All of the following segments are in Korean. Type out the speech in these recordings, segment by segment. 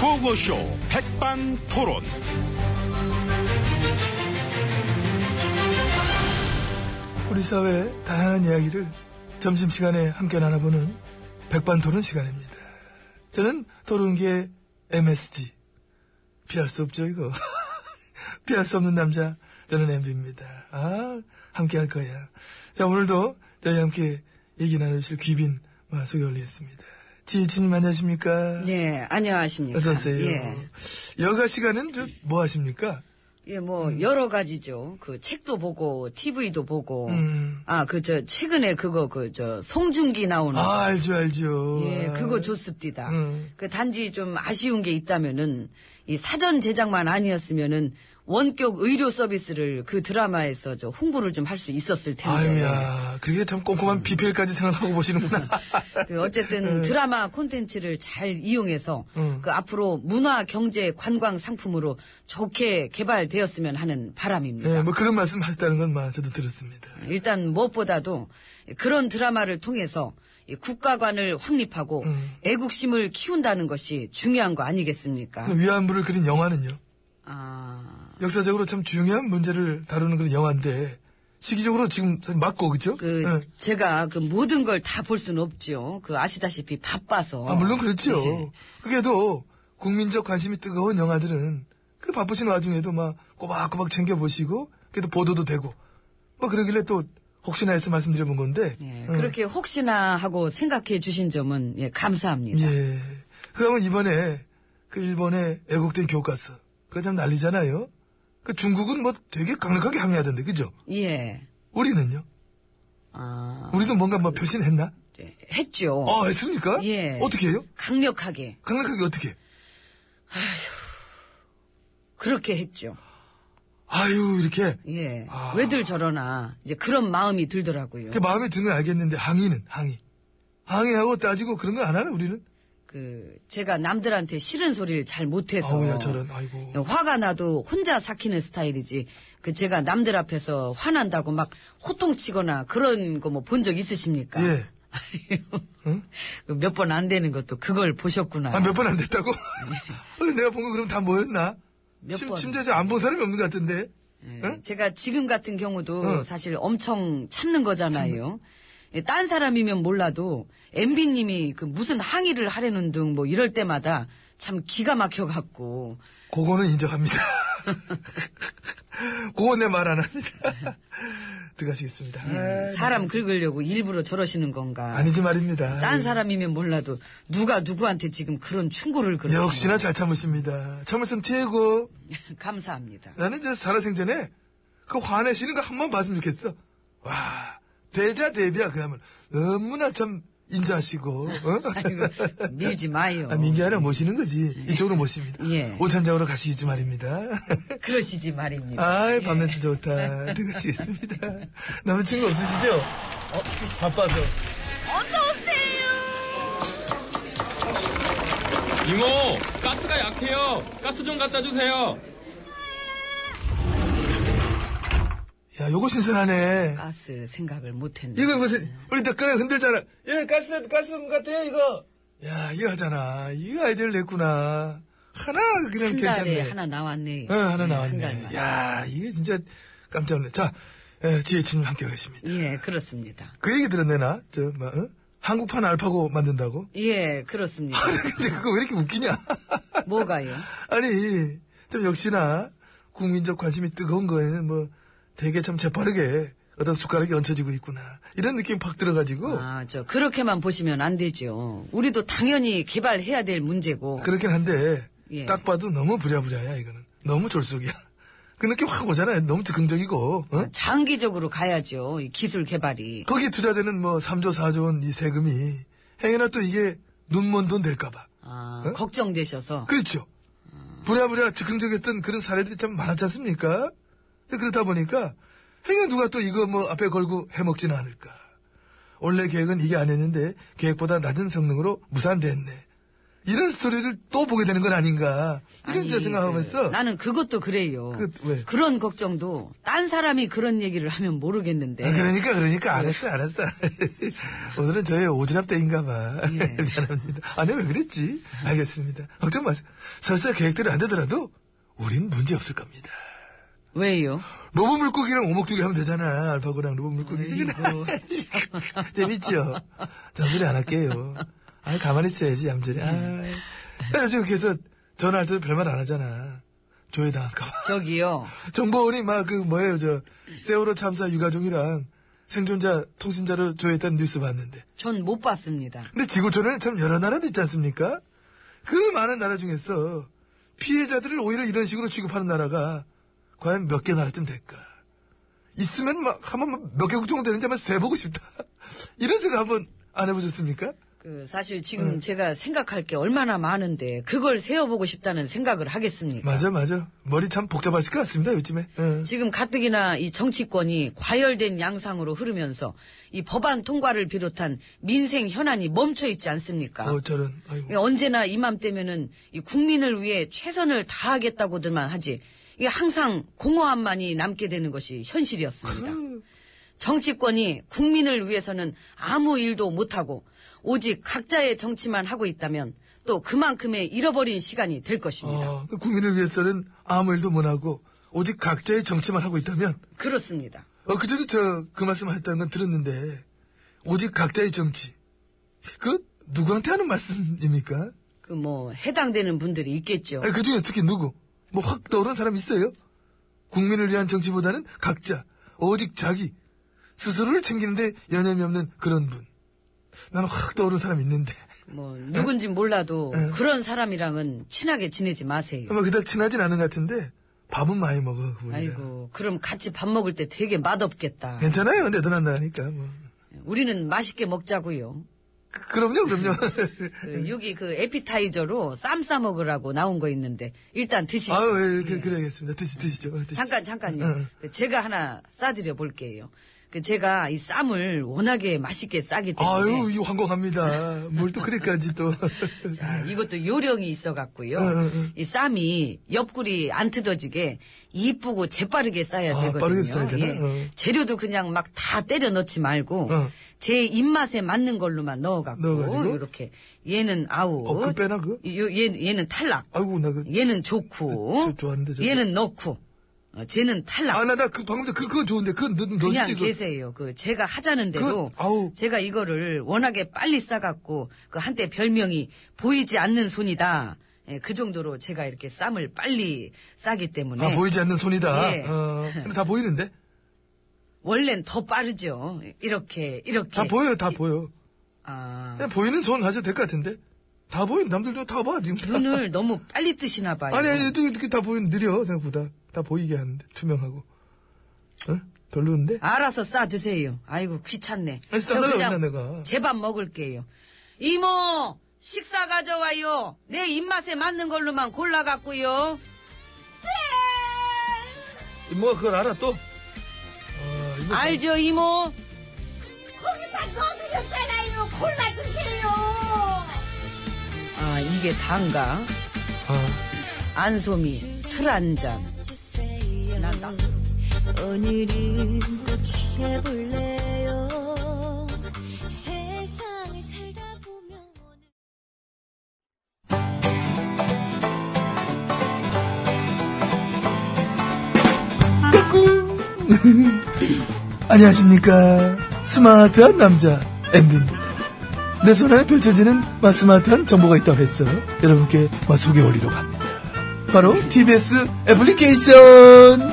구호쇼 백반토론. 우리 사회의 다양한 이야기를 점심시간에 함께 나눠보는 백반토론 시간입니다. 저는 토론계 MSG. 피할 수 없죠, 이거. 피할 수 없는 남자, 저는 MB입니다. 아, 함께 할 거야. 자, 오늘도 저희 함께 얘기 나누실 귀빈 아, 소개 올리겠습니다. 지혜진님 안녕하십니까? 예, 안녕하십니까. 어서오세요. 예, 여가 시간은 저 뭐 하십니까? 예, 뭐, 음. 여러 가지죠. 그, 책도 보고, TV도 보고. 음. 아, 그, 저, 최근에 그거, 그, 저, 송중기 나오는. 아, 알죠, 알죠. 예, 그거 좋습디다. 음. 그, 단지 좀 아쉬운 게 있다면은, 이 사전 제작만 아니었으면은, 원격 의료 서비스를 그 드라마에서 저 홍보를 좀 할 수 있었을 텐데. 음. 아유야, 그게 참 꼼꼼한 비필까지 생각하고 보시는구나. 그 어쨌든 드라마 콘텐츠를 잘 이용해서 음. 그 앞으로 문화 경제 관광 상품으로 좋게 개발되었으면 하는 바람입니다. 예, 뭐 그런 말씀 하셨다는 건 마, 저도 들었습니다. 일단 무엇보다도 그런 드라마를 통해서 이 국가관을 확립하고 음. 애국심을 키운다는 것이 중요한 거 아니겠습니까? 그럼 음. 위안부를 그린 영화는요? 아, 역사적으로 참 중요한 문제를 다루는 그런 영화인데, 시기적으로 지금 사실 맞고, 그죠? 그 예. 제가 그 모든 걸 다 볼 수는 없죠. 그 아시다시피 바빠서. 아, 물론 그렇죠. 어. 예. 그게도, 국민적 관심이 뜨거운 영화들은, 그 바쁘신 와중에도 막 꼬박꼬박 챙겨보시고, 그래도 보도도 되고, 뭐 그러길래 또, 혹시나 해서 말씀드려본 건데, 예, 예. 그렇게 혹시나 하고 생각해 주신 점은 예, 감사합니다. 예. 그러면 이번에 그 일본의 애국된 교과서 그거 참 난리잖아요. 그 중국은 뭐 되게 강력하게 항의하던데 그죠? 예. 우리는요? 아, 우리도 뭔가 뭐 표신했나? 예, 했죠. 아 했습니까? 예. 어떻게 해요? 강력하게 강력하게 어떻게? 해? 그렇게 했죠. 아유 이렇게 예. 아. 왜들 저러나 이제 그런 마음이 들더라고요. 그 마음에 드는 건 알겠는데 항의는 항의. 항의하고 따지고 그런 거 안 하나 우리는? 그 제가 남들한테 싫은 소리를 잘 못해서 아우야 저런 아이고. 화가 나도 혼자 삭히는 스타일이지 그 제가 남들 앞에서 화난다고 막 호통치거나 그런 거 뭐 본 적 있으십니까? 그 예. 몇 번 안 되는 것도 그걸 보셨구나. 아 몇 번 안 됐다고? 어, 내가 본 거 그럼 다 뭐였나? 네. 몇 심, 번. 심지어 저 안 본 사람이 없는 것 같은데. 예, 응? 제가 지금 같은 경우도 응. 사실 엄청 참는 거잖아요. 예, 딴 사람이면 몰라도 MB님이 그 무슨 항의를 하려는 등 뭐 이럴 때마다 참 기가 막혀갖고 그거는 인정합니다. 그건 내 말 안 합니다. 들어가시겠습니다. 예, 아이, 사람 긁으려고 일부러 저러시는 건가. 아니지 말입니다. 딴 사람이면 몰라도 누가 누구한테 지금 그런 충고를 그러 역시나 잘 참으십니다. 참을성 최고. 감사합니다. 나는 저 살아생전에 그 화내시는 거 한 번 봤으면 좋겠어. 와, 대자 대비야 그야말로 너무나 참 인자하시고. 어? 아이고, 밀지 마요. 아, 민기 아니라 모시는 거지. 이쪽으로 모십니다. 예. 오찬장으로 가시겠지 말입니다. 그러시지 말입니다. 아이, 밤낮이 네. 좋다. 들어가시겠습니다. 남자친구 없으시죠? 바빠서. 이모, 가스가 약해요. 가스 좀 갖다 주세요. 야, 요거 신선하네. 가스 생각을 못했네. 이거, 무슨, 우리 다 꺼내 흔들잖아. 예, 가스, 가스 같아요, 이거. 야, 이거 하잖아. 이거 아이디어를 냈구나. 하나, 그냥 한 달에 괜찮네. 하나 나왔네. 어, 하나 한 나왔네. 달만. 야, 이게 진짜 깜짝 놀래. 자, 예, 지혜진님 함께 가십니다. 예, 그렇습니다. 그 얘기 들었네, 나. 저, 뭐, 어? 한국판 알파고 만든다고? 예, 그렇습니다. 근데 그거 왜 이렇게 웃기냐? 뭐가요? 아니, 좀 역시나 국민적 관심이 뜨거운 거에는 뭐 되게 참 재빠르게 어떤 숟가락이 얹혀지고 있구나. 이런 느낌 팍 들어가지고 아, 저, 그렇게만 보시면 안 되죠. 우리도 당연히 개발해야 될 문제고. 그렇긴 한데 예. 딱 봐도 너무 부랴부랴야 이거는. 너무 졸속이야. 그 느낌 확 오잖아요. 너무 즉흥적이고. 어? 장기적으로 가야죠. 이 기술 개발이. 거기에 투자되는 뭐 3조 4조 원 이 세금이 행여나 또 이게 눈먼 돈 될까봐. 아, 어? 걱정되셔서. 그렇죠. 부랴부랴 즉흥적이었던 그런 사례들이 참 많았지 않습니까? 근데 그렇다 보니까 행여 누가 또 이거 뭐 앞에 걸고 해먹지는 않을까. 원래 계획은 이게 아니었는데 계획보다 낮은 성능으로 무산됐네. 이런 스토리를 또 보게 되는 건 아닌가 이런 아니, 저 생각하면서 그, 나는 그것도 그래요. 그, 왜? 런 걱정도 딴 사람이 그런 얘기를 하면 모르겠는데. 아, 그러니까 네. 그러니까 알았어 알았어 오늘은 저의 오지랖 때인가 봐 예. 미안합니다 아니 왜 그랬지 알겠습니다 걱정 마세요 설사 계획대로 안 되더라도 우린 문제 없을 겁니다 왜요? 로봇 뭐 물고기랑 오목두기 하면 되잖아 알파고랑 로봇 물고기 아이고, 재밌죠? 잔소리 안 할게요. 아, 가만히 있어야지, 얌전히. 예. 아, 요즘 계속 전화할 때도 별말 안 하잖아. 조회당할까봐. 저기요. 정보원이 막 그 뭐예요, 저, 세월호 참사 유가족이랑 생존자 통신자를 조회했다는 뉴스 봤는데. 전 못 봤습니다. 근데 지구촌에는 참 여러 나라도 있지 않습니까? 그 많은 나라 중에서 피해자들을 오히려 이런 식으로 취급하는 나라가 과연 몇 개 나라쯤 될까? 있으면 막 한번 뭐 몇 개국 정도 되는지 한번 세보고 싶다. 이런 생각 한번 안 해보셨습니까? 그 사실 지금 제가 생각할 게 얼마나 많은데 그걸 세어보고 싶다는 생각을 하겠습니까? 맞아, 맞아. 머리 참 복잡하실 것 같습니다, 요즘에. 예. 지금 가뜩이나 이 정치권이 과열된 양상으로 흐르면서 이 법안 통과를 비롯한 민생 현안이 멈춰 있지 않습니까? 어, 저런, 아이고. 예, 언제나 이맘때면은 이 국민을 위해 최선을 다하겠다고들만 하지 이게 항상 공허함만이 남게 되는 것이 현실이었습니다. 정치권이 국민을 위해서는 아무 일도 못하고 오직 각자의 정치만 하고 있다면 또 그만큼의 잃어버린 시간이 될 것입니다. 어, 그 국민을 위해서는 아무 일도 못하고 오직 각자의 정치만 하고 있다면 그렇습니다. 어, 그제도 저 그 말씀 하셨다는 건 들었는데 오직 각자의 정치 그 누구한테 하는 말씀입니까? 그 뭐 해당되는 분들이 있겠죠. 아니, 그중에 특히 누구? 뭐 확 떠오른 사람 있어요? 국민을 위한 정치보다는 각자 오직 자기 스스로를 챙기는데 여념이 없는 그런 분 나는 확 떠오른 사람 있는데 뭐 누군진 몰라도 그런 사람이랑은 친하게 지내지 마세요. 아마 그닥 친하진 않은 것 같은데 밥은 많이 먹어 그분이랑 아이고 그럼 같이 밥 먹을 때 되게 예. 맛없겠다. 괜찮아요 내돈 안 나가니까 뭐. 우리는 맛있게 먹자고요. 그- 그럼요 그럼요 네. 그 여기 그 에피타이저로 쌈 싸 먹으라고 나온 거 있는데 일단 드시죠. 아유 예, 그, 그래야겠습니다 드시, 드시죠 어, 드시죠. 잠깐 잠깐요. 어. 그 제가 하나 싸드려 볼게요. 그 제가 이 쌈을 워낙에 맛있게 싸기 때문에 아유, 이 황공합니다. 뭘 또 그래까지 또. 자, 아, 이것도 요령이 있어 갖고요. 이 쌈이 옆구리 안 뜯어지게 이쁘고 재빠르게 싸야 아, 되거든요. 빠르게 싸야 되나? 예. 어. 재료도 그냥 막 다 때려 넣지 말고 어. 제 입맛에 맞는 걸로만 넣어 갖고 넣어가지고? 이렇게 얘는 아웃. 어, 그 빼나, 그? 요- 얘, 얘는 탈락. 아이고, 나 그. 얘는 좋고 저- 저 좋아하는데, 저기. 얘는 넣고 어, 쟤는 탈락. 아, 나, 나, 그, 방금 전 그, 그건 좋은데, 그건 넣, 넣어주지. 그냥 그거. 계세요. 그 제가 하자는 대로 그, 아우. 제가 이거를 워낙에 빨리 싸갖고 그 한때 별명이 보이지 않는 손이다. 예, 그 정도로 제가 이렇게 쌈을 빨리 싸기 때문에 아, 보이지 않는 손이다. 네. 예. 어, 근데 다 보이는데? 원래는 더 빠르죠. 이렇게 이렇게 다 보여요, 예. 다 보여. 아, 그냥 보이는 손 하셔도 될 것 같은데? 다 보인, 남들도 다 봐, 지금. 다. 눈을 너무 빨리 뜨시나 봐요. 아니, 아니, 또 이렇게 다 보이는, 느려, 생각보다. 다 보이게 하는데, 투명하고. 어? 별로인데? 알아서 싸 드세요. 아이고 귀찮네. 아니, 저 싸달라고 그냥 했나, 내가. 제밥 먹을게요. 이모 식사 가져와요. 내 입맛에 맞는 걸로만 골라 갖고요. 뭐, 그걸 알아, 또? 아, 이거 알죠 이모? 거기다 넣어드렸잖아요. 골라 주세요. 아 이게 단가 아, 안소미 술 한잔. 난 나. 오늘은 꽃이 볼래요 세상을 살다 보면 오늘 안녕하십니까. 스마트한 남자, 엠비입니다. 내 손안에 펼쳐지는 마 스마트한 정보가 있다고 해서 여러분께 마 소개 올리려고 합니다. 바로 TBS 애플리케이션!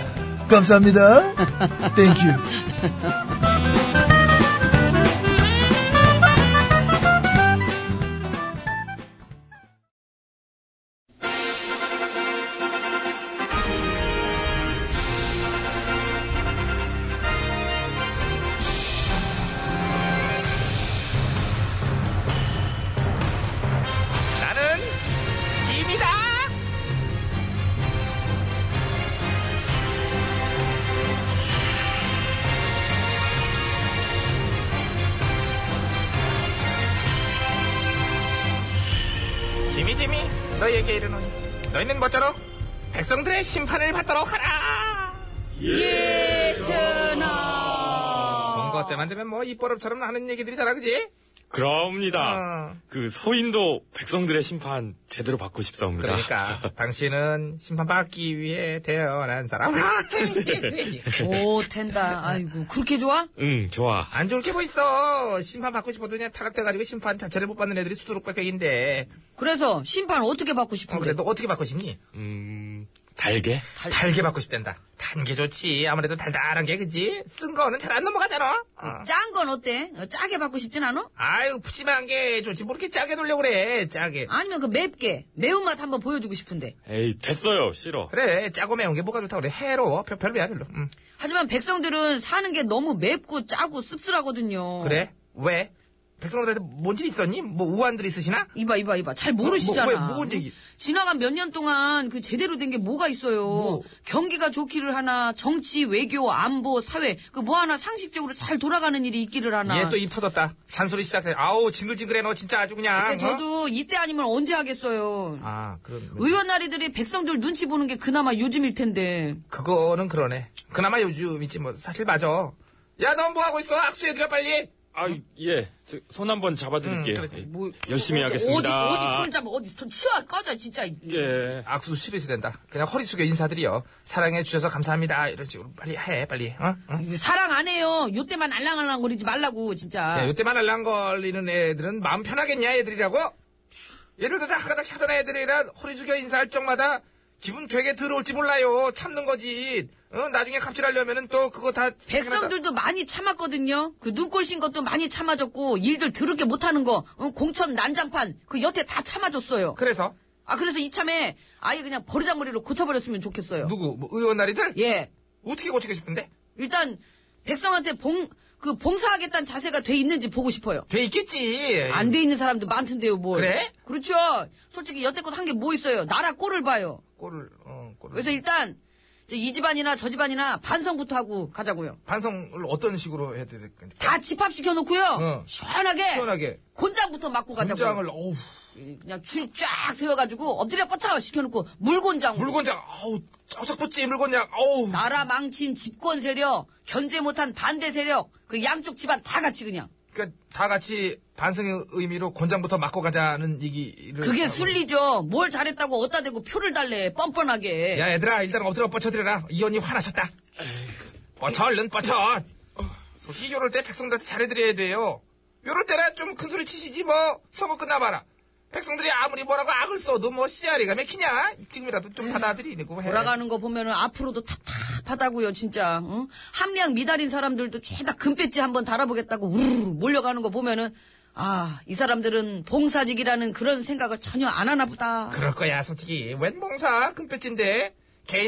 감사합니다. 땡큐. 너희에게 이르노니 너희는 멋져로 백성들의 심판을 받도록 하라. 예, 전하. 선거 때만 되면 뭐 입버릇처럼 하는 얘기들이잖아, 그지? 그럽니다. 어. 그 서인도 백성들의 심판 제대로 받고 싶사옵니다. 그러니까 당신은 심판받기 위해 태어난 사람. 오, 텐다. 아이고, 그렇게 좋아? 응, 좋아. 안 좋을 게 뭐 있어. 심판 받고 싶어도 그냥 타락돼가지고 심판 자체를 못 받는 애들이 수두룩백백인데. 그래서 심판 어떻게 받고 어, 싶은데? 그래, 너 어떻게 받고 싶니? 음, 달게? 달게 받고 싶단다. 단 게 좋지. 아무래도 달달한 게 그지? 쓴 거는 잘 안 넘어가잖아. 어. 짠 건 어때? 어, 짜게 받고 싶진 않아? 아유, 푸짐한 게 좋지. 뭐 이렇게 짜게 놀려고 그래, 짜게. 아니면 그 맵게 매운맛 한번 보여주고 싶은데. 에이, 됐어요. 싫어. 그래, 짜고 매운 게 뭐가 좋다고 그래. 해로워. 별, 별로야, 별로. 음. 하지만 백성들은 사는 게 너무 맵고 짜고 씁쓸하거든요. 그래? 왜? 백성들한테 뭔일 있었니? 뭐 우환들 있으시나? 이봐 이봐 이봐 잘 뭐, 모르시잖아. 뭐, 왜, 뭔 얘기? 지나간 몇 년 동안 그 제대로 된 게 뭐가 있어요? 경기가 좋기를 하나 정치 외교 안보 사회 그 뭐 하나 상식적으로 잘 돌아가는 일이 있기를 하나. 얘 또 입 터졌다. 잔소리 시작해. 아우, 징글징글해. 너 진짜 아주 그냥. 근데 저도 이때 아니면 언제 하겠어요. 어? 아, 네. 그럼. 의원 날이들이 백성들 눈치 보는 게 그나마 요즘일 텐데. 그거는 그러네. 그나마 요즘이지 뭐 사실 맞아. 야, 넌 뭐 하고 있어? 악수해드려 빨리. 아, 예. 손 한번 잡아드릴게요. 음, 그래. 예, 열심히 뭐, 어디 하겠습니다. 어디 손 잡아 어디 손 치워 꺼져 진짜. 예. 악수 싫으시댄다. 그냥 허리 숙여 인사드려. 사랑해 주셔서 감사합니다. 이런 식으로 빨리 해, 빨리. 어? 어? 사랑 안 해요. 요때만 알랑알랑 거리지 말라고 진짜. 네, 야, 요때만 알랑 걸리는 애들은 마음 편하겠냐, 애들이라고? 예를 들어 하가닥 하던 애들이라 허리 숙여 인사할 적마다 기분 되게 더러울지 몰라요. 참는 거지. 어? 나중에 갑질하려면은 또 그거 다 생각난다. 백성들도 많이 참았거든요. 그 눈꼴신 것도 많이 참아줬고 일들 드럽게 못하는 거 어, 공천 난장판 그 여태 다 참아줬어요. 그래서 아 그래서 이참에 아예 그냥 버르장머리로 고쳐버렸으면 좋겠어요. 누구 뭐 의원 날이들 예 어떻게 고치고 싶은데? 일단 백성한테 봉 그 봉사하겠다는 자세가 돼 있는지 보고 싶어요. 돼 있겠지. 안 돼 있는 사람도 많던데요, 뭘. 그래? 그렇죠. 솔직히 여태껏 한 게 뭐 있어요. 나라 꼴을 봐요. 꼴을 어, 꼴을. 그래서 일단 이제 이 집안이나 저 집안이나 반성부터 하고 가자고요. 반성을 어떤 식으로 해야 될까? 다 집합시켜 놓고요. 어. 시원하게, 시원하게. 곤장부터 맞고 가자고요. 곤장을 어우 예, 그냥 줄 쫙 세워가지고 엎드려 뻗쳐 시켜놓고 물곤장 물곤장 아우 쩌적붙지 물곤장 아우 나라 망친 집권 세력 견제 못한 반대 세력 그 양쪽 집안 다 같이 그냥 그러니까 다 같이 반성의 의미로 곤장부터 맞고 가자는 얘기를 그게 하고. 순리죠 뭘 잘했다고 어디다 대고 표를 달래 뻔뻔하게 야 얘들아 일단 엎드려 뻗쳐드려라 이 언니 화나셨다 뻗쳐 얼른 뻗쳐 솔직히 요럴 때 백성들한테 잘해드려야 돼요 요럴 때나 좀 큰 소리 치시지 뭐 선거 끝나봐라 백성들이 아무리 뭐라고 악을 써도 뭐 씨알이가 맥히냐 지금이라도 좀 받아들이고 해 돌아가는 거 보면은 앞으로도 답답하다고요 진짜 응? 함량 미달인 사람들도 죄다 금배지 한번 달아보겠다고 우르르 몰려가는 거 보면은 아 이 사람들은 봉사직이라는 그런 생각을 전혀 안 하나 보다 그럴 거야 솔직히 웬 봉사 금패진데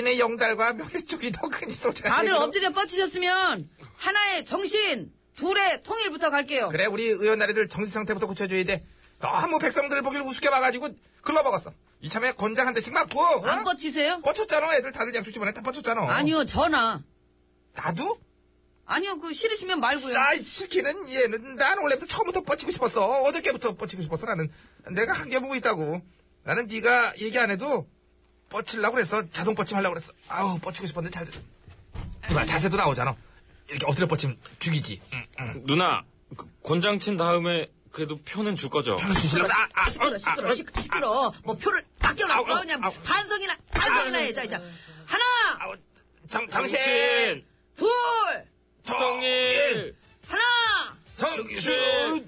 개인의 영달과 명예 쪽이 더 큰 소지가 다들 되기도- 엎드려 뻗치셨으면 하나의 정신, 둘의 통일부터 갈게요. 그래 우리 의원 나리들 정신 상태부터 고쳐줘야 돼 너무 백성들 보길 우습게 봐가지고 글러먹었어 이참에 권장 한 대씩 맞고 어? 안 뻗치세요? 뻗쳤잖아 애들 다들 양쪽집안에 다 뻗쳤잖아 아니요, 전화. 나도? 아니요, 그 싫으시면 말고요. 아 시키는 얘는 난 원래부터 처음부터 뻗치고 싶었어 어저께부터 뻗치고 싶었어 나는 내가 한개 보고 있다고 나는 네가 얘기 안 해도 뻗치려고 그랬어 자동 뻗침 하려고 그랬어 아우 뻗치고 싶었는데 잘 이봐 자세도 나오잖아 이렇게 엎드려 뻗침 죽이지 응, 응. 누나, 그 권장 친 다음에 그래도 표는 줄 거죠? 주실라 아, 아, 시끄러, 시끄러, 시- 시끄러. 뭐 표를 맡겨놨어. 아우, 아우, 그냥 아우. 반성이나, 반성이나 해. 자, 자. 하나, 아우, 장, 당신 당신! 둘, 아, 통일! 하나, 정신 둘.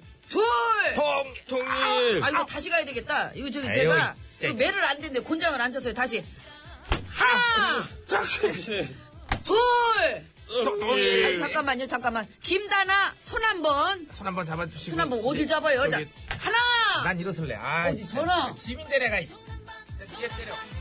통 통일! 아, 이거 다시 가야 되겠다. 이거 저기 에휴, 제가 진짜. 이거 매를 안 됐는데 곤장을 안 쳤어요. 다시. 하나, 아, 정신 둘. 통일 아니, 잠깐만요, 잠깐만. 김다나, 손 한 번. 손 한번 잡아주시고 손 한번 어딜 잡아요? 자, 저기, 하나! 난 일어설래 아 어디 진짜. 전화? 지민대 내가 이- 진짜 뒤에 때려